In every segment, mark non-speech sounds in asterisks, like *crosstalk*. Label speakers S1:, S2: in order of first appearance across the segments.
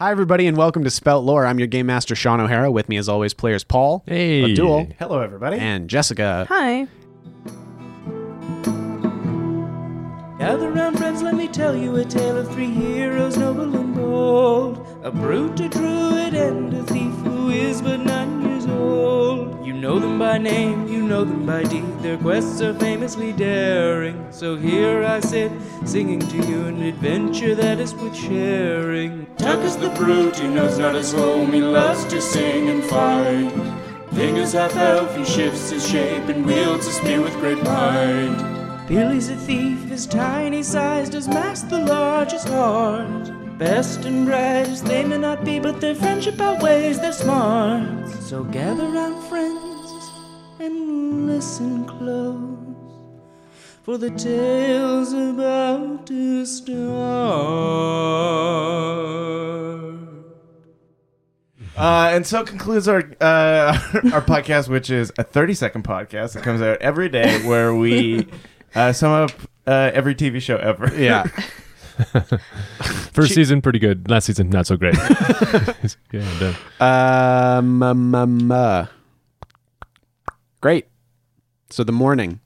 S1: Hi, everybody, and welcome to Spelt Lore. I'm your game master, Sean O'Hara. With me, as always, players Paul,
S2: Hey.
S1: Abdul,
S3: Hello, everybody.
S1: and
S2: *laughs*
S1: Jessica.
S4: Hi.
S5: Gather round, friends, let me tell you a tale of three heroes, noble and bold. A brute, a druid, and a thief who is but nine years old. You know them by name, you know them by deed. Their quests are famously daring. So here I sit, singing to you an adventure that is worth sharing. Tuck is the brute, he knows not his home, he loves to sing and fight. Fingers half elf, he shifts his shape and wields a spear with great might. Billy's a thief, his tiny size does mask the largest heart. Best and brightest they may not be, but their friendship outweighs their smarts. So gather round, friends, and listen close, for the tale's about to start.
S3: Uh, and so concludes our uh, *laughs* our podcast, which is a 30 second podcast that comes out every day where we uh, sum up uh, every TV show ever.
S1: Yeah.
S2: First season, pretty good. Last season, not so great. *laughs* yeah, and, uh,
S1: um, um, um, uh. Great. So the morning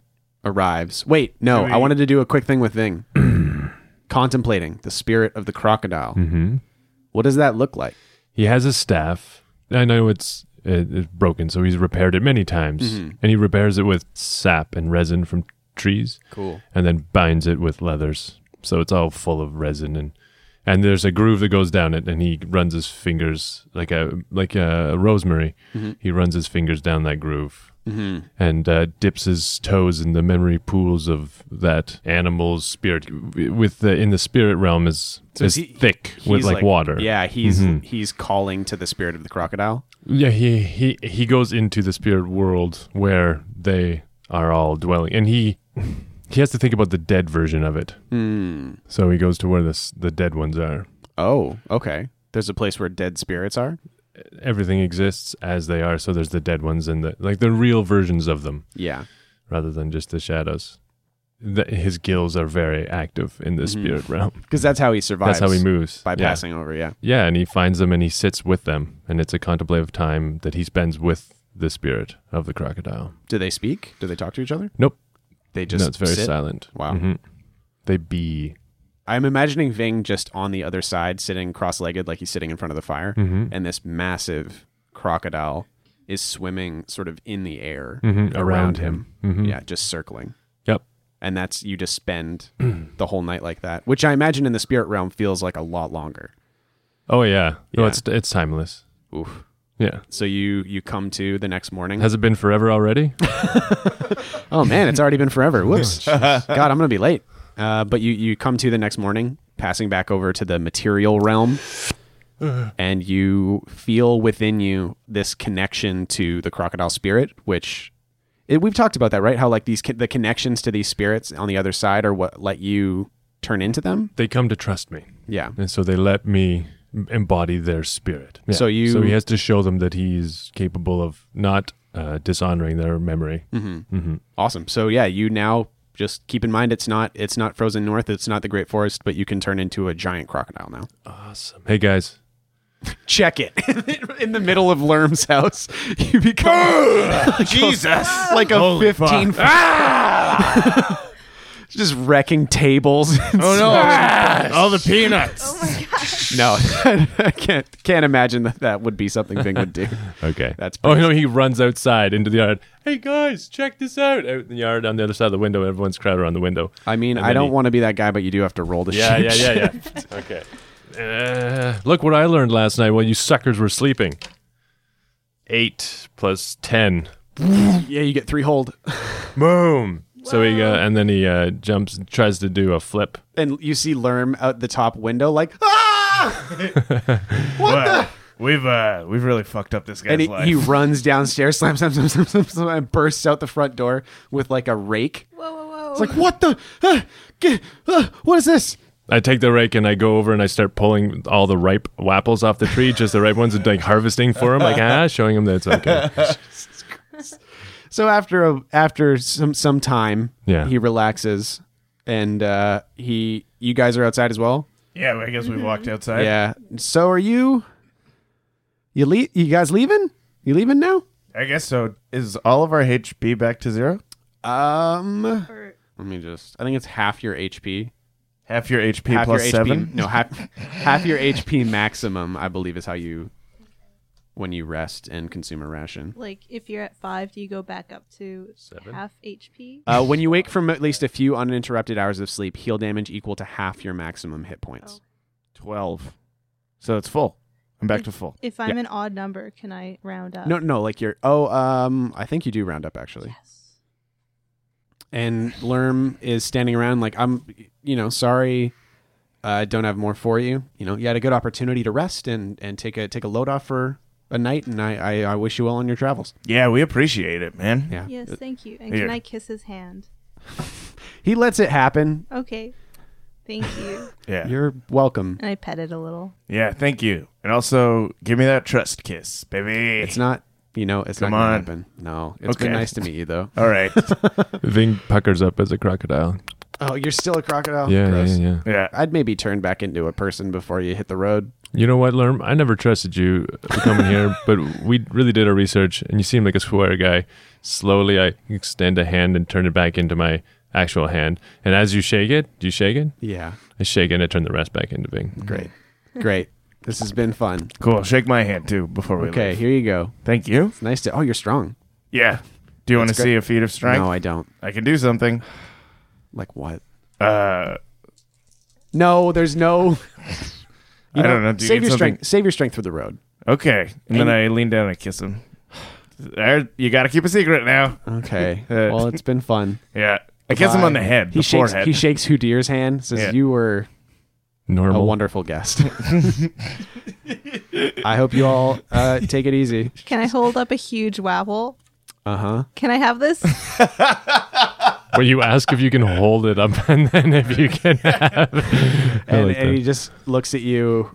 S1: arrives. Wait, no,
S3: Do we-
S1: I wanted to do a quick thing with Thing. *clears throat* Contemplating the spirit of the crocodile.
S2: Mm-hmm.
S1: What does that look like?
S2: he has a staff. I know it's, it, it's broken, so he's repaired it many times, and he repairs it with sap and resin from trees,
S1: Cool.
S2: and then binds it with leathers. So it's all full of resin and. And there's a groove that goes down it, and he runs his fingers like a like a rosemary. He runs his fingers down that groove, and uh, dips his toes in the memory pools of that animal's spirit. With the in the spirit realm is is
S1: he-
S2: thick with
S1: He's
S2: like, water. Mm-hmm.
S1: Yeah, he's he's calling to the spirit of the crocodile.
S2: yeah. He he he goes into the spirit world where they are all dwelling, and he he has to think about the dead version of it. So he goes to where the s- the dead ones are.
S1: Oh, okay. There's a place where dead spirits are.
S2: Everything exists as they are. So there's the dead ones and the like the real versions of them.
S1: Yeah.
S2: rather than just the shadows. The, his gills are very active in the spirit realm.
S1: Because that's how he survives.
S2: That's how he moves.
S1: By
S2: yeah.
S1: passing over, yeah.
S2: Yeah, and he finds them and he sits with them, and it's a contemplative time that he spends with the spirit of the crocodile.
S1: Do they speak? Do they talk to each other?
S2: Nope,
S1: They just
S2: no, it's very
S1: sit?
S2: silent.
S1: Wow.
S2: Mhm. They be
S1: I'm imagining Ving just on the other side, sitting cross-legged, like he's sitting in front of the fire,
S2: Mm-hmm.
S1: and this massive crocodile is swimming sort of in the air
S2: Mhm, around Mhm.
S1: Yeah, just circling.
S2: Yep.
S1: And that's you just spend *clears throat* the whole night like that, which I imagine in the spirit realm feels like a lot longer.
S2: Oh yeah. No,
S1: Yeah.
S2: it's it's timeless.
S1: Oof.
S2: Yeah.
S1: So you you come to the next morning.
S2: Has it been
S1: *laughs*
S2: forever already?
S1: Oh man, it's already been forever. Whoops. God, I'm gonna be late. Uh, but you you come to the next morning, passing back over to the material realm, and you feel within you this connection to the crocodile spirit, which it, we've talked about that, right? How like these co- the connections to these spirits on the other side are what let you turn into them.
S2: they come to trust me,
S1: Yeah.
S2: and so they let me m- embody their spirit. Yeah.
S1: So you-
S2: so he has to show them that he's capable of not uh, dishonoring their memory.
S1: Mm-hmm. Awesome. So yeah, you now just keep in mind it's not it's not frozen north, it's not the great forest, but you can turn into a giant crocodile now.
S2: Awesome. Hey guys,
S1: check it *laughs* in the middle of Lerm's house. *laughs* You *laughs* become Jesus, like a *laughs* fifteen. just wrecking tables. *laughs*
S2: all the peanuts.
S1: no, *laughs* I can't can't imagine that that would be something Bing would do.
S2: Okay,
S1: That's
S2: Oh no, he runs outside into the yard. Hey guys, check this out! Out in the yard on the other side of the window, everyone's crowded around the window.
S1: I mean,
S2: And
S1: *laughs* I
S2: then
S1: don't
S2: he-
S1: want to be that guy, but you do have to roll the
S2: Yeah, yeah,
S1: shit.
S2: yeah, yeah. okay. Uh, look what I learned last night while you suckers were sleeping. Eight plus ten.
S1: *laughs* yeah. You get three hold,
S2: Boom. So he uh, and then he uh, jumps, and tries to do a flip.
S1: and you see Lerm out the top window, like ah.
S3: *laughs* Well, We've uh, we've really fucked up this guy's
S1: and he,
S3: life.
S1: he runs downstairs, *laughs* slam, slam, slam, slam, slam, slam, and bursts out the front door with like a rake.
S4: Whoa, whoa, whoa.
S1: It's like, what the? Uh, get, uh, what is this?
S2: I take the rake and I go over and I start pulling all the ripe wapples off the tree, just the ripe ones, and like harvesting for him, like ah, showing him that it's okay.
S1: So after a, after some some time,
S2: Yeah.
S1: he relaxes, and uh, he you guys are outside as well.
S3: Yeah, well, I guess we walked outside.
S1: Yeah. So are you? You le- You guys leaving? You leaving now?
S3: I guess so. Is all of our HP back to zero?
S1: Um.
S4: Or
S1: Let me just. I think it's half your HP.
S3: Half your HP
S1: half
S3: plus
S1: your
S3: seven?
S1: HP. No, half half your HP maximum. I believe is how you when you rest and consume a ration.
S4: like if you're at five, do you go back up to half HP?
S1: Uh, when you wake from at least a few uninterrupted hours of sleep, heal damage equal to half your maximum hit points.
S3: 12. So it's full. I'm back to full.
S4: If I'm an odd number, can I round up?
S1: No, no, like your oh, um, I think you do round up actually.
S4: Yes.
S1: And Lerm is standing around like I'm, you know, sorry, uh, I don't have more for you. You know, you had a good opportunity to rest and and take a take a load off for a night, and I I, I wish you well on your travels.
S3: Yeah, we appreciate it, man.
S1: Yeah,
S4: Yes, thank you. And
S3: Here.
S4: can I kiss his hand?
S1: he lets it happen.
S4: Okay. Thank
S3: *laughs*
S4: you.
S3: Yeah.
S1: You're
S4: *laughs*
S1: welcome.
S4: and I pet it a little.
S3: yeah, thank you. And also, give me that trust kiss, baby.
S1: It's not, you know, it's
S3: Come
S1: not gonna
S3: on.
S1: happen. No, it's been
S3: Okay.
S1: nice to meet you though.
S3: all right. *laughs*
S2: Ving puckers up as a crocodile.
S1: *laughs* Oh, you're still a crocodile.
S2: yeah, yeah,
S1: Gross.
S2: yeah, yeah.
S3: yeah.
S1: I'd maybe turn back into a person before you hit the road.
S2: You know what, Lerm? I never trusted you for coming
S1: *laughs*
S2: here, but we really did our research, and you seem like a square guy. Slowly, I extend a hand and turn it back into my actual hand. And as you shake it, do you shake it?
S1: Yeah.
S2: I shake it and I turn the rest back into Ving.
S1: Great. *laughs* Great. This has been fun.
S3: Cool. Shake my hand, too, before we
S1: Okay,
S3: leave.
S1: here you go.
S3: Thank you.
S1: It's nice to. Oh, you're strong.
S3: Yeah. Do you want to
S1: great.
S3: see a feat of strength?
S1: No, I don't.
S3: I can do something.
S1: Like what?
S3: Uh,
S1: No, there's no. *laughs*
S3: I don't know. Do you
S1: save
S3: get
S1: your
S3: something-
S1: strength. Save your strength for the road.
S3: Okay. And then
S1: And-
S3: I lean down and I kiss him. There, you got to keep a secret now.
S1: *laughs* Okay.
S3: Uh,
S1: well, it's been fun.
S3: Yeah. I kiss him on the
S1: Bye.
S3: head,
S1: He
S3: the
S1: shakes.
S3: forehead.
S1: He shakes Houdir's hand. Says
S3: Yeah.
S1: you were a
S2: Normal.
S1: wonderful
S3: *laughs*
S1: guest. I hope you all uh, take it easy.
S4: Can I hold up a huge wabble?
S1: Uh huh.
S4: Can I have
S3: *laughs*
S4: this?
S2: Where you ask if you can hold it up, *laughs* and then if
S1: *laughs*
S2: you can have. I
S1: and,
S2: like
S1: and
S2: that.
S1: he just looks at you.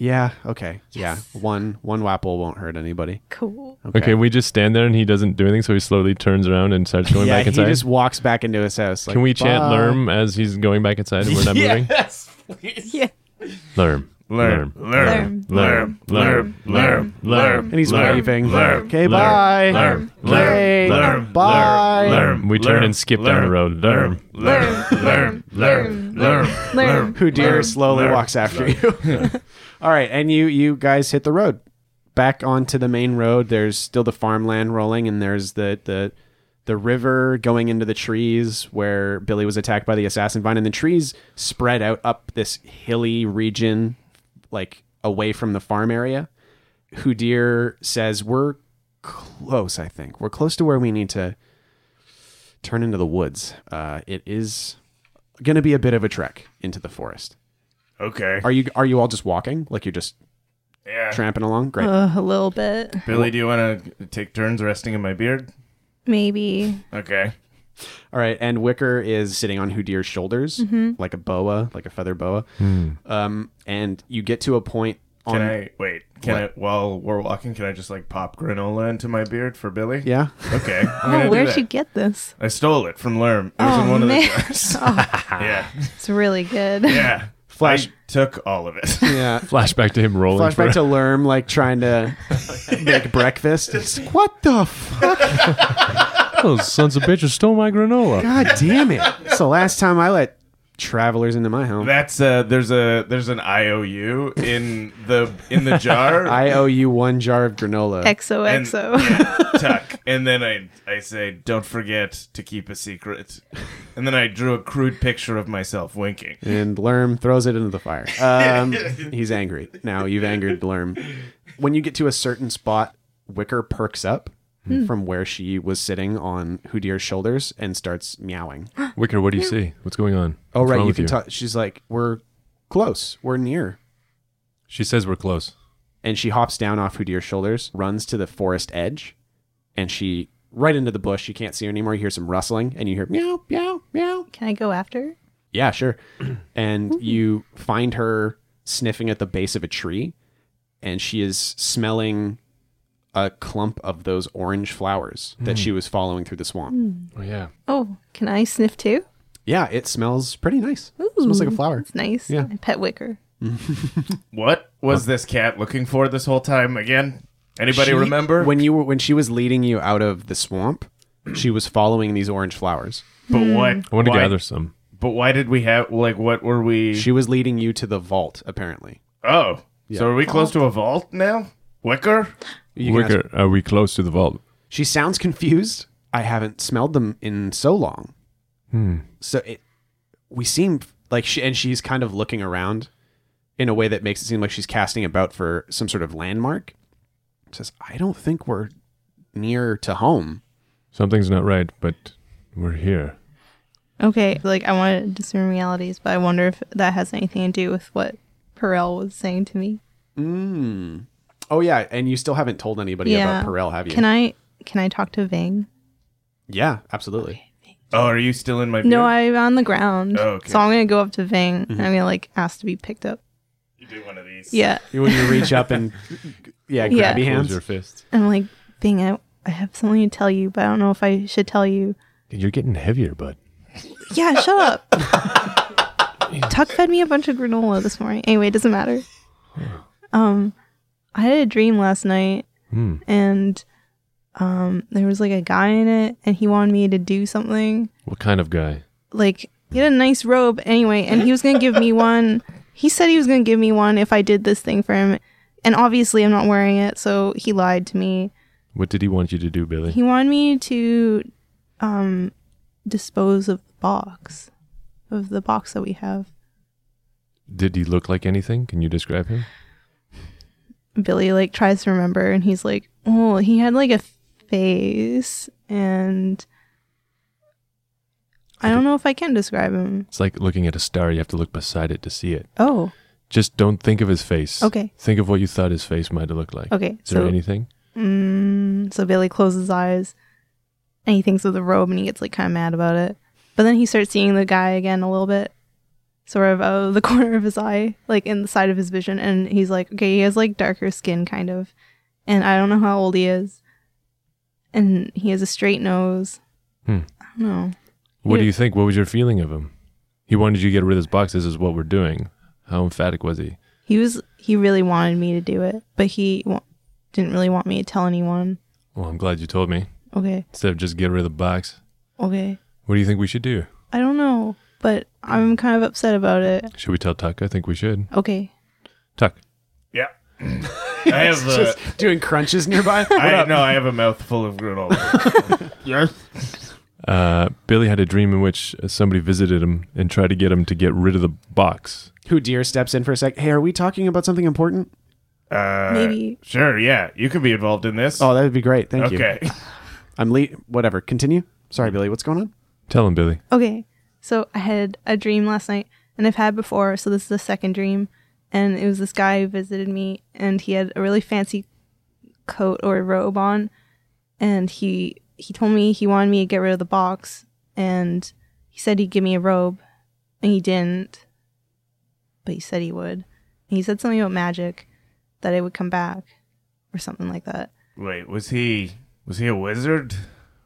S1: Yeah. Okay. Yeah. One one wapple won't hurt anybody.
S4: cool.
S2: okay. we just stand there, and he doesn't do anything, so he slowly turns around and starts going
S1: yeah,
S2: back
S1: he
S2: inside.
S1: just walks back into his house. Like,
S2: can we chant
S1: "Bye."
S2: Lerm as he's going back inside and we're
S1: *laughs*
S2: not moving?
S3: yes.
S4: Yeah.
S2: Lerm.
S3: Lerm. Lerm. Lerm. Lerm. Lerm. Lerm.
S1: And he's
S2: Lerm.
S1: waving.
S3: Lerm.
S1: Okay,
S2: Lerm.
S1: bye.
S2: Lerm.
S1: Okay,
S2: Lerm. Lerm.
S1: Bye.
S2: Lerm. We turn and skip down the road. Lerm.
S3: Lerm. Lerm. Lerm. Lerm.
S4: Learn.
S1: Who dear slowly
S3: Lerm.
S1: walks after
S4: *laughs*
S1: you. *laughs* All right, and you you guys hit the road. Back onto the main road. There's still the farmland rolling, and there's the the the river going into the trees where Billy was attacked by the assassin vine, and the trees spread out up this hilly region, like away from the farm area. Houdir says we're close. I think we're close to where we need to turn into the woods. Uh, it is going to be a bit of a trek into the forest.
S3: Okay.
S1: Are you are you all just walking? Like you're just
S3: Yeah.
S1: tramping along? Great.
S4: Uh, a little bit.
S3: Billy, do you want to take turns resting in my beard?
S4: Maybe.
S3: Okay.
S1: all right. And Wicker is sitting on Houdir's shoulders like a boa, like a feather boa. Um, and you get to a point on.
S3: Can I wait? Can I while we're walking? Can I just like pop granola into my beard for Billy?
S1: Yeah. *laughs*
S3: Okay. I'm gonna
S4: Oh,
S3: do
S4: where'd
S3: that.
S4: you get this?
S3: I stole it from Lerm. It was in
S4: Oh,
S3: one of the *laughs*
S4: man. *laughs* Oh,
S3: jars. yeah.
S4: It's really good. *laughs*
S3: Yeah.
S1: Flash-
S3: I took all of it. *laughs*
S1: *laughs* Yeah.
S2: Flashback to him rolling.
S1: Flashback
S2: *laughs*
S1: to Lerm, like trying *laughs* to make breakfast. It's, what the fuck?
S2: Those sons of bitches stole my granola.
S1: God damn *laughs* it. It's the last time I let travelers into my home.
S3: That's uh there's a there's an IOU in the in the jar.
S1: I owe you one jar of granola.
S3: and-
S4: XOXO.
S3: yeah, tuck. And then I I say, Don't forget to keep a secret. And then I drew a crude picture of myself winking.
S1: and Lerm throws it into the fire. Um, he's angry. Now you've angered Lerm. When you get to a certain spot, Wicker perks up
S2: Hmm.
S1: from where she was sitting on Houdir's shoulders and starts
S2: *gasps*
S1: meowing.
S2: Wicker, what do you see? What's going on?
S1: Oh,
S2: What's
S1: right.
S2: wrong
S1: You
S2: with
S1: can talk. She's like, we're close. We're near.
S2: She says we're close.
S1: And she hops down off Houdir's shoulders, runs to the forest edge, and she right into the bush. You can't see her anymore. You hear some rustling, and you hear meow, meow, meow.
S4: Can I go after?
S1: Yeah, sure. And you find her sniffing at the base of a tree, and she is smelling a clump of those orange flowers that she was following through the swamp.
S2: Oh, yeah.
S4: Oh, can I sniff too?
S1: Yeah, it smells pretty nice. It smells like a flower.
S4: It's nice.
S1: Yeah.
S4: Yeah. Pet wicker.
S3: What was this cat looking for this whole time again? Anybody
S1: She-
S3: remember?
S1: when you were when she was leading you out of the swamp? She was following these orange flowers.
S3: but
S4: Hmm.
S3: what?
S2: I want to
S3: why,
S2: gather some.
S3: But why did we have like what were we?
S1: She was leading you to the vault, apparently.
S3: oh, so are we close to a vault now? Wicker?
S1: You can ask-
S2: Wicker, are we close to the vault?
S1: she sounds confused. I haven't smelled them in so long. So it, we seem like she and she's kind of looking around in a way that makes it seem like she's casting about for some sort of landmark. Says, I don't think we're near to home.
S2: Something's not right, but we're here.
S4: Okay, like I want to discern realities, but I wonder if that has anything to do with what Perel was saying to me.
S1: Mm. Oh yeah, and you still haven't told anybody
S4: Yeah.
S1: about Perel, have you?
S4: Can I can I talk to Ving?
S1: Yeah, absolutely.
S3: Oh, are you still in my?
S4: No,
S3: view?
S4: I'm on the ground.
S3: Oh, okay.
S4: So I'm gonna go up to Ving
S1: Mm-hmm.
S4: and I'm gonna like ask to be picked up.
S3: You do one of these.
S4: Yeah.
S1: When you reach up
S4: *laughs*
S1: and yeah, grabby
S4: Yeah.
S2: Close
S1: hands.
S2: your fist.
S4: I'm like, Ving, I, I have something to tell you, but I don't know if I should tell you.
S2: You're getting heavier, bud.
S4: Yeah, shut up. *laughs* Tuck fed me a bunch of granola this morning. Anyway, it doesn't matter. Um, I had a dream last night,
S2: Hmm.
S4: and um, there was like a guy in it, and he wanted me to do something.
S2: What kind of guy?
S4: Like he had a nice robe, anyway, and he was gonna give me one. He said he was gonna give me one if I did this thing for him, and obviously I'm not wearing it, so he lied to me.
S2: What did he want you to do, Billy?
S4: He wanted me to um, dispose of the box, of the box that we have.
S2: Did he look like anything? Can you describe him?
S4: Billy like tries to remember and he's like, "Oh, he had like a face and I don't know if I can describe him."
S2: It's like looking at a star. You have to look beside it to see it.
S4: Oh,
S2: Just don't think of his face.
S4: Okay.
S2: Think of what you thought his face might have looked like.
S4: okay.
S2: Is there
S4: So
S2: anything?
S4: mm, so Billy closes his eyes and he thinks of the robe and he gets like kind of mad about it. But then he starts seeing the guy again a little bit sort of out of the *laughs* corner of his eye, like in the side of his vision and he's like, "Okay, he has like darker skin kind of and I don't know how old he is." And he has a straight nose.
S2: Hmm.
S4: I don't know.
S2: What do
S4: Yeah.
S2: you think? What was your feeling of him? He wanted you to get rid of this box. This is what we're doing. How emphatic was he?
S4: He was he really wanted me to do it, but he wa- didn't really want me to tell anyone.
S2: Well, I'm glad you told me.
S4: Okay.
S2: Instead of just get rid of the box,
S4: Okay.
S2: what do you think we should do?
S4: I don't know, but I'm kind of upset about it.
S2: Should we tell Tuck? I think we should.
S4: Okay.
S2: Tuck.
S3: Yeah.
S1: *laughs*
S3: I have a, *laughs*
S1: doing crunches nearby.
S3: I know I have a mouthful of
S1: *laughs*
S3: granola. yes.
S2: Uh, Billy had a dream in which uh, somebody visited him and tried to get him to get rid of the box.
S1: Who deer steps in for a sec? Hey, are we talking about something important?
S3: Uh,
S4: Maybe
S3: Sure. Yeah. You can be involved in this.
S1: Oh, that would be great. Thank you.
S3: okay. Mm.
S1: I'm late. Whatever. Continue. Sorry, Billy. What's going on?
S2: Tell him, Billy.
S4: Okay. So I had a dream last night and I've had before, so this is the second dream and it was this guy who visited me and he had a really fancy coat or robe on and he he told me he wanted me to get rid of the box and he said he'd give me a robe and he didn't but he said he would and he said something about magic that it would come back or something like that
S3: Wait. Was he? Was he a wizard?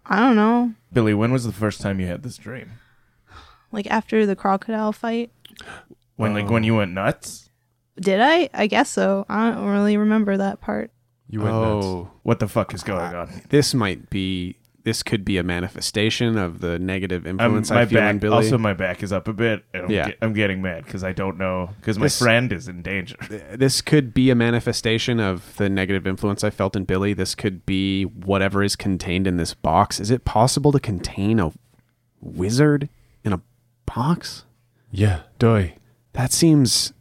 S4: i don't know
S3: Billy, when was the first time you had this dream?
S4: like after the crocodile fight
S3: When, like,
S1: Um,
S3: when you went nuts?
S4: did i i guess so i don't really remember that part
S2: You went nuts.
S3: What the fuck is going on?
S1: Oh, this might be. This could be a manifestation of the negative
S3: Um,
S1: influence
S3: my
S1: I feel
S3: back.
S1: on Billy.
S3: Also, my back is up a bit. And I'm,
S1: Yeah.
S3: ge- I'm getting mad because I don't know because my
S1: This-
S3: friend is in danger.
S1: this could be a manifestation of the negative influence I felt in Billy. This could be whatever is contained in this box. Is it possible to contain a wizard in a box?
S2: Yeah, Doy.
S1: That seems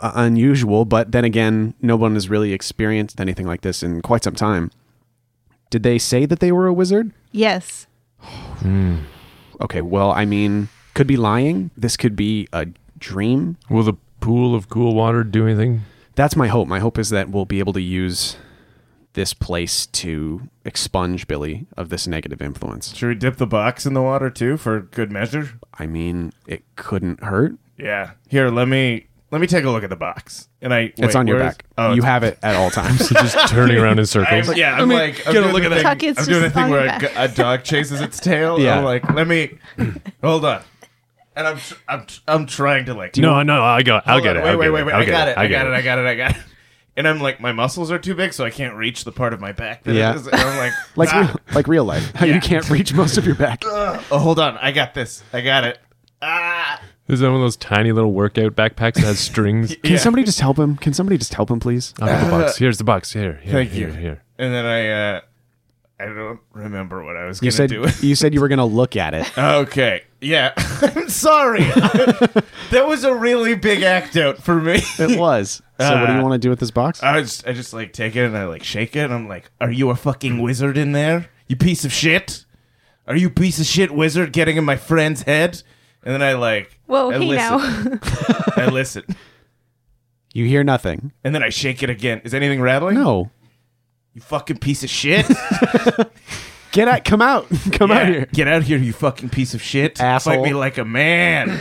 S1: uh, unusual, but then again, no one has really experienced anything like this in quite some time. Did they say that they were a wizard?
S4: yes
S1: Okay, well, I mean, could be lying. This could be a dream.
S2: Will the pool of cool water do anything?
S1: That's my hope. My hope is that we'll be able to use this place to expunge Billy of this negative influence.
S3: Should we dip the box in the water too for good measure?
S1: I mean, it couldn't hurt.
S3: Yeah. Here, let me let me take a look at the box. And I
S1: it's
S3: wait,
S1: on your
S3: where is-
S1: back.
S3: Oh,
S1: you
S3: it's-
S1: have it at all
S3: *laughs*
S1: times.
S2: Just turning around in circles.
S3: I'm, yeah, I'm like, I'm
S1: get a
S3: doing
S1: look
S3: the
S1: at
S3: thing-
S4: Tuck, it's
S3: I'm doing a
S4: just
S3: thing
S4: on
S3: where
S4: your
S3: a,
S4: back.
S3: g- a dog chases its tail.
S1: Yeah.
S3: I'm like, let me hold on. And I'm tr- I'm tr- I'm trying to
S2: *laughs*
S3: like
S2: no, no, I'll go. I'll
S3: Hold
S2: get
S3: on,
S2: it.
S3: Wait,
S2: I'll
S3: wait,
S2: get
S3: wait, wait.
S2: I'll
S3: I
S2: get
S3: got it.
S2: I'll
S3: I
S2: get
S3: got it. I got it. I got it. And I'm like, my muscles are too big, so I can't reach the part of my back that
S1: Yeah.
S3: it is. And
S2: *laughs*
S3: I'm like,
S1: Like,
S3: ah.
S1: real, like real life. *laughs* How You can't reach most of your back.
S3: oh, hold on, I got this. I got it. Ah,
S2: Is that one of those tiny little workout backpacks that
S3: *laughs*
S2: has strings?
S1: Can
S3: Yeah.
S1: somebody just help him? Can somebody just help him, please?
S2: I'll get
S1: *laughs*
S2: the box. Here's the box. Here. here
S3: Thank
S2: here,
S3: you.
S2: Here.
S3: and then I, uh, I don't remember what I was
S1: You
S3: gonna
S1: said
S2: *laughs*
S3: do.
S1: you said you were going to look at
S3: *laughs*
S1: it.
S3: okay, yeah, *laughs* I'm sorry. *laughs* that was a really big act out for me.
S1: It was. So what do you
S3: Uh,
S1: want to do with this box?
S3: I just, I just like take it and I like shake it and I'm like, are you a fucking wizard in there? You piece of shit. Are you piece of shit wizard getting in my friend's head? And then I like,
S4: Whoa,
S3: I
S4: hey now. *laughs*
S3: I listen,
S1: You hear nothing.
S3: and then I shake it again. Is anything rattling?
S1: No.
S3: You fucking piece of
S1: *laughs*
S3: shit.
S1: Get out. Come out. *laughs* Come out
S3: Yeah.
S1: here.
S3: Get out here, you fucking piece of shit.
S1: Asshole.
S3: Fight me like
S1: *laughs*
S3: a man.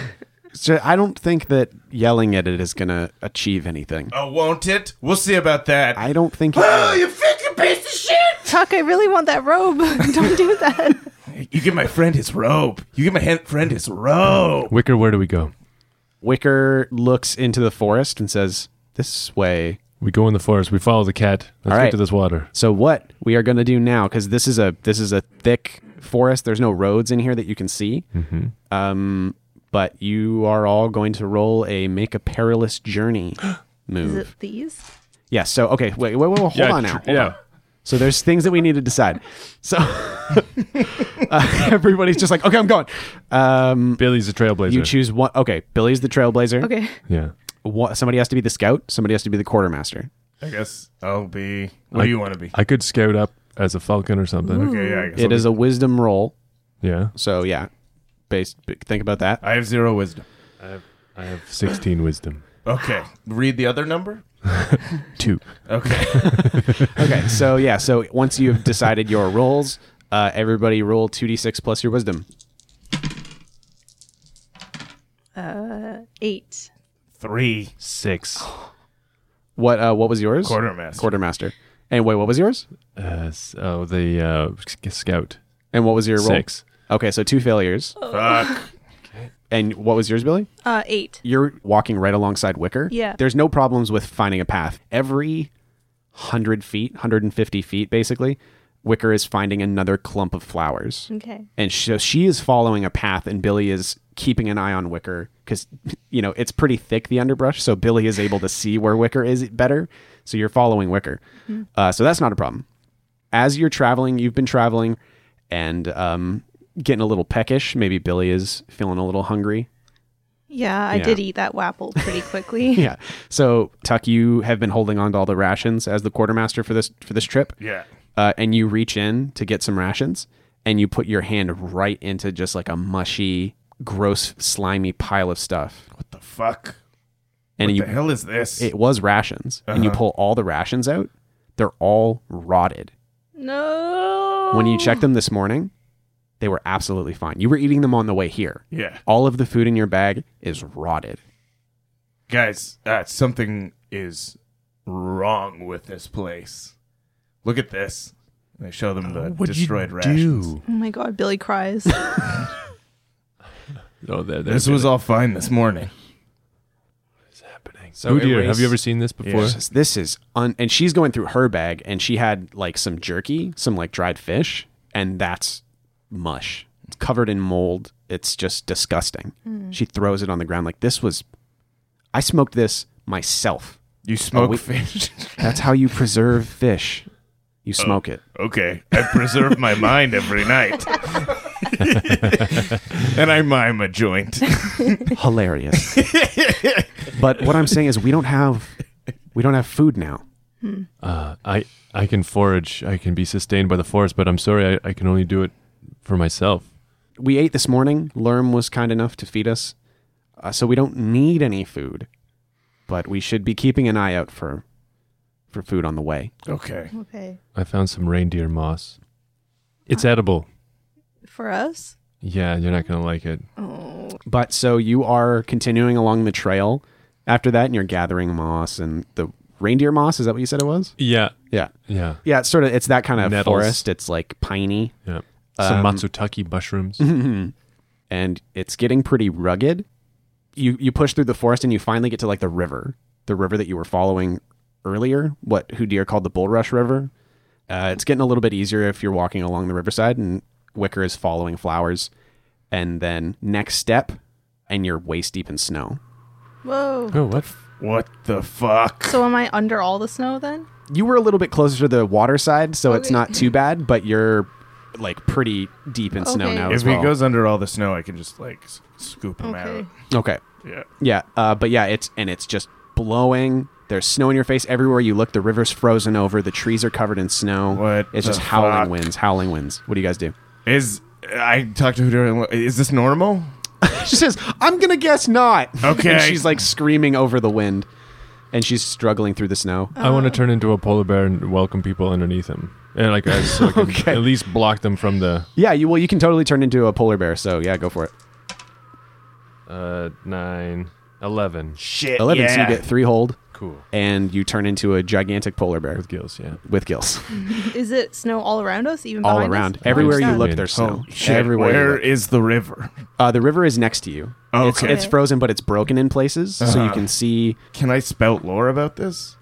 S1: So I don't think that yelling at it is going to achieve anything.
S3: oh, won't it? We'll see about that.
S1: I don't
S3: *gasps*
S1: think. It
S3: oh, you fucking piece of shit!
S4: Tuck, I really want that robe. *laughs* Don't do that.
S3: You give my friend his robe. You give my hen- friend his robe.
S2: Wicker, where do we go?
S1: Wicker looks into the forest and says, "This way."
S2: We go in the forest. We follow the cat.
S1: All
S2: Let's get
S1: right.
S2: to this water.
S1: So what we are going to do now, because this is a this is a thick forest. There's no roads in here that you can see.
S3: Mm-hmm.
S1: Um, but you are all going to roll a make a perilous
S3: *gasps*
S1: journey
S4: Is
S1: move.
S4: it these?
S1: Yeah. So okay, wait, wait, wait, wait hold on now. Hold
S2: yeah.
S1: on. So there's things that we need to decide. So *laughs* uh, everybody's just like, okay, I'm going. Um,
S2: Billy's a trailblazer.
S1: you choose one. Okay, Billy's the trailblazer.
S4: Okay.
S2: yeah.
S1: One- somebody has to be the scout. Somebody has to be the quartermaster.
S3: I guess I'll be. What do you want to be?
S2: I could scout up as a falcon or something.
S3: Okay, yeah, I guess
S1: It is a wisdom roll.
S2: Yeah.
S1: So yeah, based. Think about that.
S3: I have zero wisdom.
S2: I have 16 wisdom.
S3: Okay, read the other number.
S2: Two.
S3: Okay,
S2: *laughs*
S1: Okay, so yeah, so once you've decided your roles, uh, everybody roll 2d6 plus your wisdom.
S4: Eight.
S3: three
S2: Six.
S1: What uh, what was yours?
S3: quartermaster.
S1: Quartermaster. And wait, what was yours?
S2: Uh, s- oh, the uh, sc- scout.
S1: And what was your roll?
S2: Six.
S1: Okay, so two failures.
S3: Fuck.
S1: And what was yours, Billy?
S4: Uh, eight.
S1: You're walking right alongside Wicker.
S4: Yeah.
S1: There's no problems with finding a path. Every 100 feet, 150 feet, basically, Wicker is finding another clump of flowers.
S4: Okay.
S1: and sh- so she is following a path and billy is keeping an eye on wicker because you know it's pretty thick the underbrush so billy is able to see where wicker is better so you're following wicker uh, so that's not a problem as you're traveling you've been traveling and um, getting a little peckish maybe billy is feeling a little hungry
S4: Yeah, I
S1: Yeah.
S4: did eat that wapple pretty quickly.
S1: *laughs* yeah so tuck you have been holding on to all the rations as the quartermaster for this for this trip
S3: Yeah.
S1: uh, and you reach in to get some rations and you put your hand right into just like a mushy gross slimy pile of stuff
S3: What the fuck?
S1: and
S3: what
S1: you
S3: the hell is this?
S1: it was rations and you
S2: Uh-huh.
S1: pull all the rations out they're all rotted
S4: No.
S1: when you checked them this morning they were absolutely fine you were eating them on the way here
S3: yeah,
S1: all of the food in your bag is rotted
S3: guys, uh, something is wrong with this place. Look at this. And I show them the destroyed rations.
S2: do?
S4: Oh my god, Billy cries.
S2: Oh, there, there.
S3: This was all fine this morning.
S2: happening.
S1: So
S2: oh, dear.
S1: erase-
S2: Have you ever seen this before?
S1: Says, this is un and she's going through her bag and she had like some jerky some like dried fish and that's mush it's covered in mold it's just disgusting she throws it on the ground like this was i smoked this myself
S3: You smoke
S1: we-
S3: fish. *laughs*
S1: that's how you preserve fish you smoke it
S3: okay, I preserve my mind every night. *laughs* and I mime a joint.
S1: hilarious but what i'm saying is we don't have we don't have food now
S2: Uh, I I can forage. I can be sustained by the forest, but I'm sorry, I, I can only do it for myself.
S1: we ate this morning lerm was kind enough to feed us uh, so we don't need any food but we should be keeping an eye out for for food on the way
S3: Okay.
S4: okay.
S2: I found some reindeer moss. It's edible.
S4: For us?
S2: Yeah, you're not gonna like it.
S4: Oh.
S1: but so you are continuing along the trail after that and you're gathering moss and the reindeer moss is that what you said it was
S2: Yeah,
S1: yeah
S2: yeah,
S1: yeah it's sort of it's that kind of
S2: Nettles.
S1: forest it's like piney
S2: yeah.
S1: Um,
S2: Some Mm-hmm. matsutake mushrooms.
S1: and it's getting pretty rugged. You you push through the forest and you finally get to like the river, the river that you were following earlier, what Houdir called the Bulrush River. Uh, it's getting a little bit easier if you're walking along the riverside, and Wicker is following flowers. And then next step, and you're waist deep in snow.
S4: Whoa.
S2: Oh, what?
S3: What the fuck?
S4: So am I under all the snow then?
S1: You were a little bit closer to the water side, so it's
S4: Okay.
S1: not too bad, but you're like pretty deep in snow
S4: Okay.
S1: now.
S3: If
S1: as
S3: he
S1: well.
S3: goes under all the snow, I can just like s- scoop him
S4: Okay.
S3: out.
S1: okay,
S3: Yeah.
S1: Yeah, uh, but yeah, it's and it's just blowing. There's snow in your face everywhere you look. The river's frozen over. The trees are covered in snow.
S3: What
S1: It's
S3: the
S1: just howling
S3: fuck?
S1: winds. Howling winds. What do you guys do? *laughs*
S3: Is I talked to Hooter? Is this normal?
S1: she says, "I'm gonna guess not." *laughs*
S3: Okay.
S1: and she's like screaming over the wind, and she's struggling through the snow.
S2: I want to turn into a polar bear and welcome people underneath him, and like I, so I can
S1: Okay.
S2: at least block them from the
S1: Yeah, you well, you can totally turn into a polar bear. So yeah, go for it.
S2: uh, nine, eleven.
S3: Shit.
S1: Eleven. So you
S3: yeah.
S1: get three hold,
S2: Cool
S1: and you turn into a gigantic polar bear
S2: with gills, yeah.
S1: with gills
S4: Is it snow all around us? Even
S1: all
S4: behind us?
S1: around. Everywhere you
S4: Understand.
S1: look, there's snow.
S3: Oh, shit.
S1: Everywhere. you
S3: Where
S1: look.
S3: is the *laughs* river?
S1: Uh, the river is next to you. It's,
S3: Okay.
S1: it's frozen, but it's broken in places, so
S3: Uh-huh.
S1: you can see.
S3: Can I spout lore about this?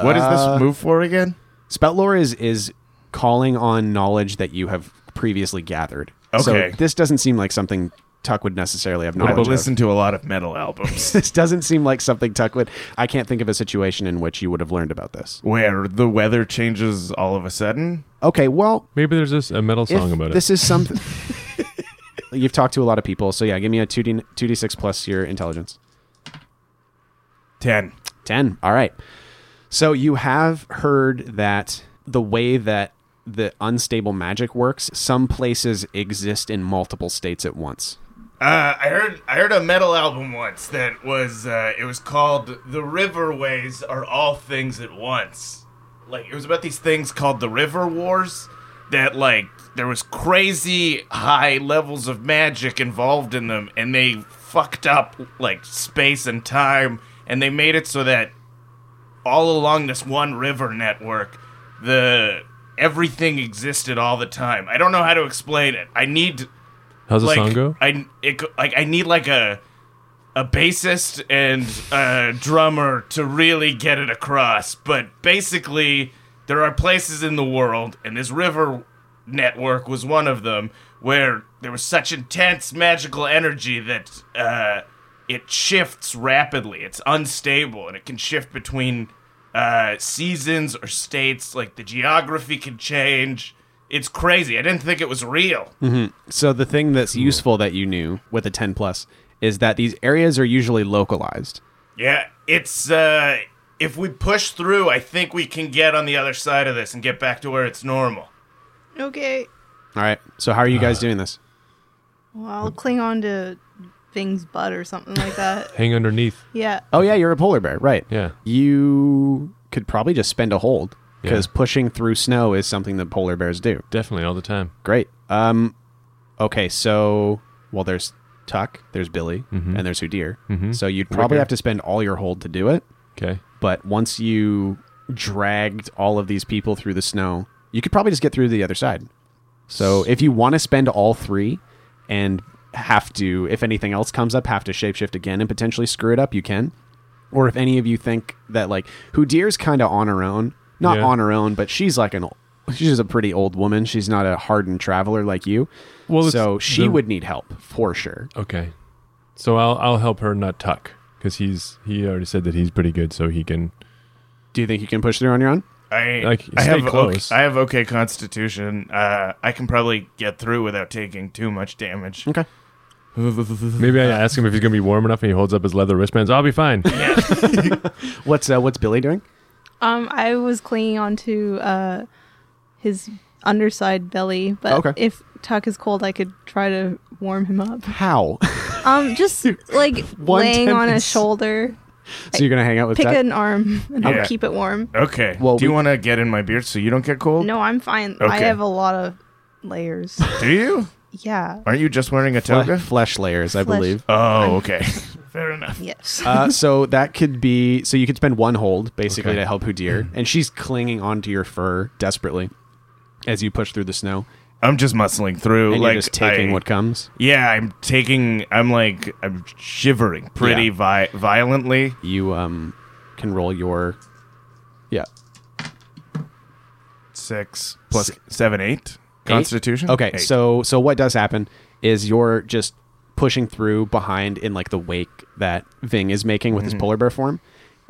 S3: What is
S1: Uh,
S3: this move for again?
S1: Spout lore is is calling on knowledge that you have previously gathered.
S3: Okay.
S1: So this doesn't seem like something Tuck would necessarily have knowledge *laughs*
S3: I've
S1: of.
S3: listened to a lot of metal *laughs* albums
S1: This doesn't seem like something Tuck would. I can't think of a situation in which you would have learned about this.
S3: where the weather changes all of a sudden.
S1: Okay, well,
S2: Maybe there's this a metal
S1: if
S2: song about
S1: this is something *laughs* you've talked to a lot of people, so yeah, give me a two d two d six plus your intelligence.
S3: 10.
S1: 10. All right. So you have heard that the way that the unstable magic works, some places exist in multiple states at once.
S3: Uh, I heard I heard a metal album once that was uh, it was called "The Riverways Are All Things at Once." Like it was about these things called the River Wars that like there was crazy high levels of magic involved in them, and they fucked up like space and time, and they made it so that all along this one river network, the everything existed all the time. I don't know how to explain it. I need
S2: it. How's the
S3: like
S2: song go?
S3: I it, go- like I need like a a bassist and a drummer to really get it across. But basically, there are places in the world, and this river network was one of them, where there was such intense magical energy that uh, it shifts rapidly. It's unstable, and it can shift between uh, seasons or states. Like the geography can change. It's crazy. I didn't think it was real.
S1: So the thing that's useful that you knew with a 10 plus is that these areas are usually localized.
S3: Yeah, it's uh if we push through, I think we can get on the other side of this and get back to where it's normal.
S4: Okay.
S1: All right. So how are you
S2: Ah.
S1: guys doing this?
S4: Well, I'll cling on to Ving's butt or something like that. *laughs*
S2: Hang underneath.
S4: Yeah.
S1: Oh yeah, you're a polar bear, right?
S2: Yeah.
S1: You could probably just spend a hold because
S2: Yeah.
S1: pushing through snow is something that polar bears do.
S2: Definitely all the time.
S1: Great. Um, okay, so well, there's Tuck, there's Billy,
S2: Mm-hmm.
S1: and there's Houdir. So you'd probably
S2: Wicker.
S1: have to spend all your hold to do it.
S2: Okay.
S1: But once you dragged all of these people through the snow, you could probably just get through to the other side. So if you want to spend all three and have to, if anything else comes up, have to shapeshift again and potentially screw it up, you can. Or if any of you think that like Houdir's kind of on her own, not
S2: Yeah.
S1: on her own, but she's like an old, she's a pretty old woman. She's not a hardened traveler like you.
S2: Well, it's
S1: so she
S2: the-
S1: would need help for sure.
S2: Okay. So I'll I'll help her not tuck because he's he already said that he's pretty good, so he can.
S1: Do you think you can push through on your own?
S3: I
S2: Like,
S3: I
S2: stay
S3: have
S2: close.
S3: Okay, I have okay constitution. Uh I can probably get through without taking too much damage.
S1: Okay.
S2: Maybe I ask him if he's gonna be warm enough, and he holds up his leather wristbands. I'll be fine.
S1: What's uh, what's Billy doing?
S4: Um, I was clinging onto uh his underside belly, but
S1: Okay.
S4: if Tuck is cold, I could try to warm him up.
S1: How?
S4: *laughs*
S1: *laughs*
S4: Um, just like
S1: One
S4: laying on
S1: tenth.
S4: his shoulder,
S1: so you're gonna hang out with
S4: pick
S1: Tuck?
S4: an arm, and
S3: Yeah.
S4: I'll keep it warm.
S3: Okay.
S1: Well,
S3: do you
S1: we-
S3: want to get in my beard so you don't get cold?
S4: No, I'm fine. I
S3: Okay.
S4: have a lot of
S1: *laughs*
S4: layers.
S3: Do you?
S4: yeah.
S3: Aren't you just wearing a
S1: Fle-
S3: toga?
S1: flesh layers, I
S4: Flesh.
S1: believe.
S3: Oh, okay. *laughs* Fair enough.
S4: Yes.
S3: *laughs*
S1: Uh, so that could be so you could spend one hold basically
S2: Okay.
S1: to
S3: Mm.
S1: help Houdir, and she's clinging onto your fur desperately as you push through the snow.
S3: I'm just muscling through.
S1: and
S3: like
S1: you're just taking
S3: I-
S1: what comes.
S3: Yeah, I'm taking. I'm like I'm shivering pretty
S1: Yeah.
S3: vi- violently.
S1: You um can roll your yeah
S3: Six plus seven, eight. Constitution.
S1: Okay,
S3: Eight.
S1: so so what does happen is you're just pushing through behind in like the wake that Ving is making with
S3: Mm-hmm.
S1: his polar bear form,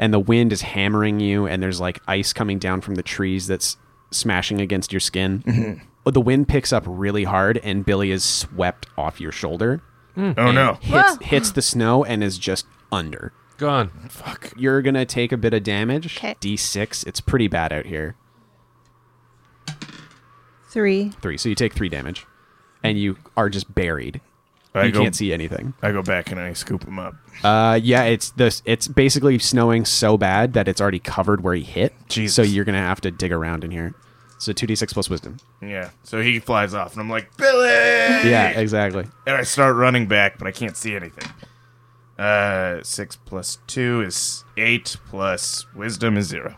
S1: and the wind is hammering you, and there's like ice coming down from the trees that's smashing against your skin.
S3: Mm-hmm.
S1: But The wind picks up really hard, and Billy is swept off your shoulder,
S3: oh no,
S1: hits
S4: Whoa.
S1: hits the snow, and is just under.
S2: Gone.
S1: You're gonna take a bit of damage.
S4: 'Kay.
S1: D6. It's pretty bad out here.
S4: Three.
S1: Three. So you take three damage, and you are just buried.
S3: I
S1: you
S3: go.
S1: can't see anything.
S3: I go back and I scoop him up.
S1: Uh, yeah, it's this. It's basically snowing so bad that it's already covered where he hit.
S3: Jesus.
S1: So you're gonna have to dig around in here. So two d six plus wisdom.
S3: Yeah. So he flies off, and I'm like Billy.
S1: Yeah, exactly.
S3: And I start running back, but I can't see anything. Uh, six plus two is eight. Plus wisdom is zero.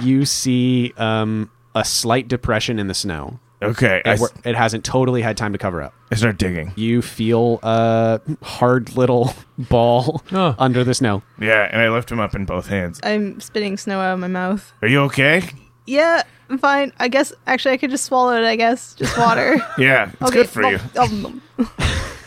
S1: You see um, a slight depression in the snow.
S3: Okay.
S1: It,
S3: I, s-
S1: wor- it hasn't totally had time to cover up.
S3: I start digging.
S1: You feel a hard little *laughs* ball
S2: Oh.
S1: under the snow.
S3: Yeah, and I lift him up in both hands.
S4: I'm spitting snow out of my mouth.
S3: Are you okay?
S4: Yeah, I'm fine. I guess actually I could just swallow it. I guess just water.
S3: Yeah, *laughs* it's
S4: Okay, Um,
S3: good for
S4: nom,
S3: you.
S4: nom, nom.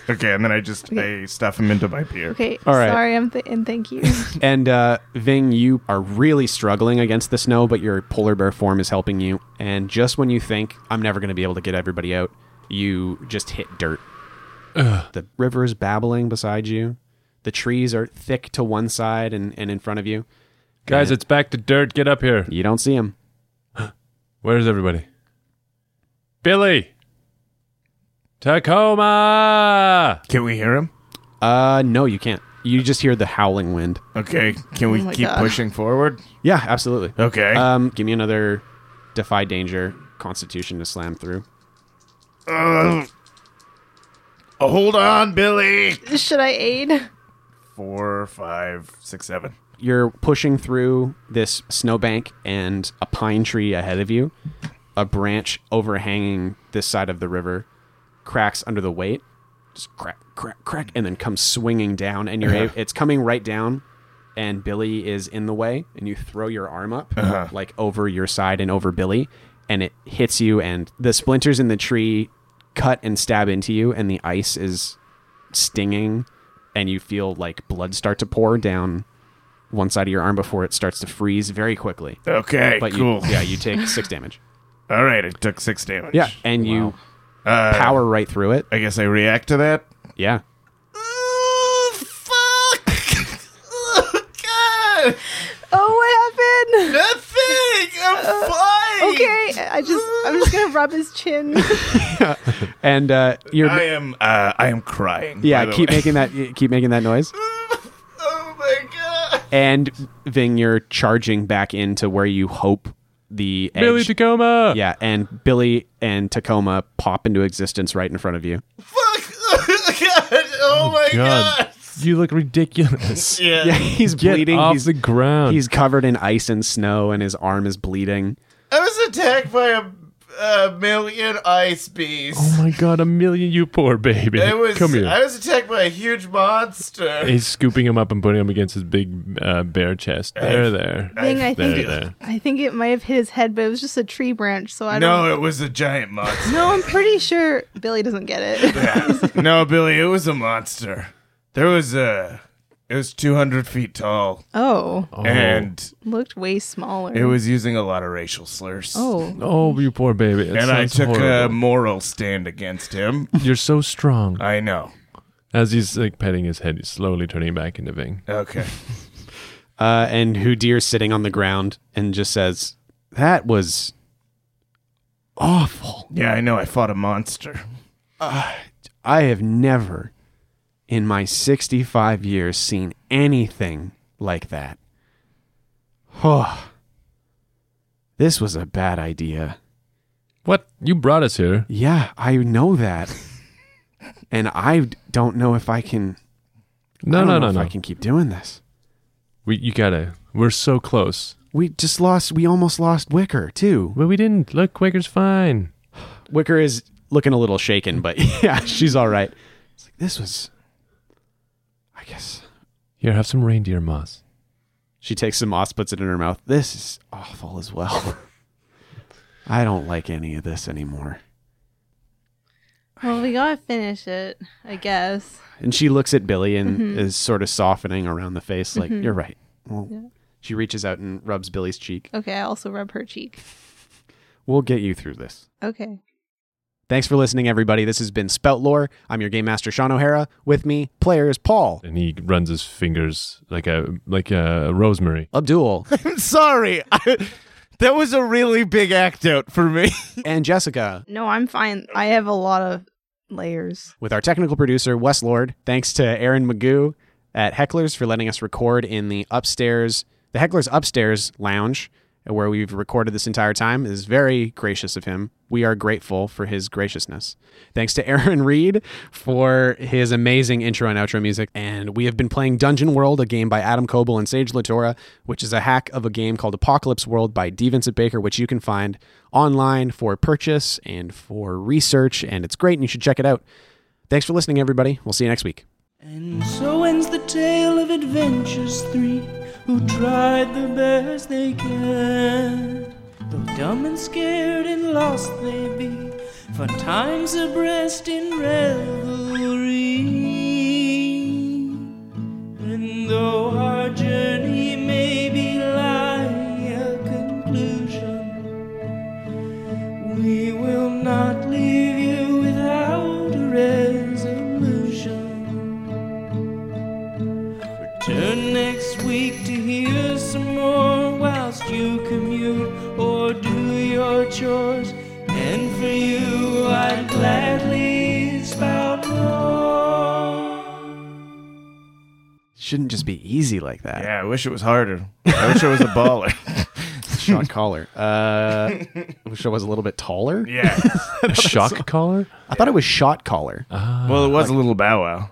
S3: Okay, and then I just I stuff him into my beer.
S4: Okay.
S1: All right.
S4: Sorry. I'm th-
S1: *laughs*
S4: and thank you.
S1: And uh, Ving, you are really struggling against the snow, but your polar bear form is helping you. And just when you think, I'm never going to be able to get everybody out, you just hit dirt. The river is babbling beside you. The trees are thick to one side and, and in front of you.
S2: Guys, it's back to dirt. Get up here.
S1: You don't see them.
S2: Where's everybody? Billy! Tacoma!
S3: Can we hear him?
S1: Uh, no, you can't. You just hear the howling wind.
S3: Okay, can we
S4: Oh my
S3: keep
S4: God.
S3: pushing forward?
S1: Yeah, absolutely.
S3: Okay.
S1: Um, give me another defy danger constitution to slam through.
S3: Ugh. Oh, hold on, Billy.
S4: Should I aid?
S3: Four, five, six, seven.
S1: you're pushing through this snowbank and a pine tree ahead of you, a branch overhanging this side of the river, cracks under the weight, just crack, crack, crack, and then comes swinging down. And you're a- it's coming right down, and Billy is in the way, and you throw your arm up like over your side and over Billy, and it hits you, and the splinters in the tree cut and stab into you, and the ice is stinging. And you feel like blood start to pour down one side of your arm before it starts to freeze very quickly.
S3: Okay,
S1: But
S3: cool.
S1: you, yeah, you take six damage.
S3: All right, I took six
S1: *laughs*
S3: damage.
S1: Yeah, and you
S3: Uh,
S1: power right through it.
S3: I guess I react to that.
S1: Yeah,
S3: Oh, fuck! *laughs* oh, God!
S4: Oh, what happened?
S3: Nothing!
S1: Uh,
S3: I'm fine!
S4: Okay. I just I'm just gonna rub his
S3: *laughs*
S4: chin.
S1: and uh, you're
S3: I am, uh, I am crying. by
S1: yeah.
S3: the
S1: Keep
S3: way.
S1: making that keep making that noise.
S3: *laughs* Oh, my God!
S1: And Ving, you're charging back into where you hope the edge.
S2: Billy Tacoma!
S1: yeah, and Billy and Tacoma pop into existence right in front of you.
S3: Fuck! Oh, God! *laughs* Oh, my
S2: God. You look
S1: *laughs*
S2: ridiculous.
S1: Yeah, he's
S2: Get
S1: bleeding.
S2: off
S1: he's
S2: the ground.
S1: he's covered in ice and snow, and his arm is bleeding.
S3: I was attacked by a, a million ice bees.
S2: oh my god, a million, you poor baby.
S3: I was,
S2: Come here.
S3: I was attacked by a huge monster.
S2: He's scooping him up and putting him against his big uh, bear chest. There, there.
S4: Thing I think
S2: There,
S4: it,
S2: there.
S4: I think it might have hit his head, but it was just a tree branch, so I don't.
S3: No, it was a giant monster.
S4: No, I'm pretty sure Billy doesn't get
S3: *laughs*
S4: it. *laughs*
S3: no, Billy, it was a monster. There was a. It was 200 feet tall,
S4: Oh,
S3: and
S4: looked way smaller.
S3: it was using a lot of racial slurs.
S4: Oh,
S2: Oh, you poor baby. It
S3: and I
S2: sounds
S3: took a
S1: um,
S2: horrible.
S3: moral stand against *laughs* him.
S2: You're so strong.
S3: I know.
S2: As he's like petting his head, he's slowly turning back into Ving.
S3: Okay.
S1: uh, and Houdir sitting on the ground and just says, "That was awful.
S3: Yeah, I know. I fought a monster. *laughs*
S1: I have never, in my sixty-five years, seen anything like that. Oh, this was a bad idea.
S2: What? You brought us here.
S1: Yeah, I know that,
S2: *laughs*
S1: and I don't know if I can. I
S2: No,
S1: don't
S2: no,
S1: know
S2: no,
S1: if
S2: no.
S1: I can keep doing this.
S2: We, you gotta. We're so close.
S1: We just lost. We almost lost Wicker too.
S2: Well, we didn't. Look, Quaker's fine.
S1: Wicker is looking a little shaken, but *laughs* yeah, she's all right. It's like this was, I guess.
S2: Here, have some reindeer moss.
S1: She takes some moss, puts it in her mouth. This is awful as well. *laughs* I don't like any of this anymore.
S4: Well, we gotta finish it, I guess.
S1: And she looks at Billy and is sort of softening around the face, like, you're right. Well, She reaches out and rubs Billy's cheek.
S4: Okay, I also rub her cheek.
S1: We'll get you through this.
S4: Okay.
S1: Thanks for listening, everybody. This has been Spout Lore. I'm your game master, Sean O'Hara. With me, player is Paul,
S2: And he runs his fingers like a like
S1: *laughs*
S2: a rosemary.
S1: Abdul,
S3: I'm sorry. I, that was a really big act out for me.
S1: and Jessica.
S4: No, I'm fine. I have a lot of layers.
S1: with our technical producer, Wes Lord. Thanks to Aaron Magoo at Hecklers for letting us record in the upstairs, the Hecklers upstairs lounge where we've recorded this entire time. It is very gracious of him. We are grateful for his graciousness. Thanks to *laughs* Aaron Reed for his amazing intro and outro music. And we have been playing Dungeon World, a game by Adam Coble and Sage Latora, which is a hack of a game called Apocalypse World by D. Vincent Baker, which you can find online for purchase and for research. And it's great, and you should check it out. Thanks for listening, everybody. We'll see you next week.
S5: And so ends the tale of adventures three who tried the best they can. Though dumb and scared and lost they be, for time's abreast in revelry. And though our journey maybe lie a conclusion, we will not leave you without a resolution. Return next week to hear some more whilst you commute or do your chores. And for you, I'd gladly spout more.
S1: Shouldn't just be easy like that.
S3: Yeah, I wish it was harder. I wish I *laughs* was a baller.
S1: Shot caller.
S3: *laughs*
S1: Uh, I wish I was a little bit taller.
S3: Yeah.
S2: Shock collar?
S1: I thought it was shot caller.
S3: Well, it was a little bow wow.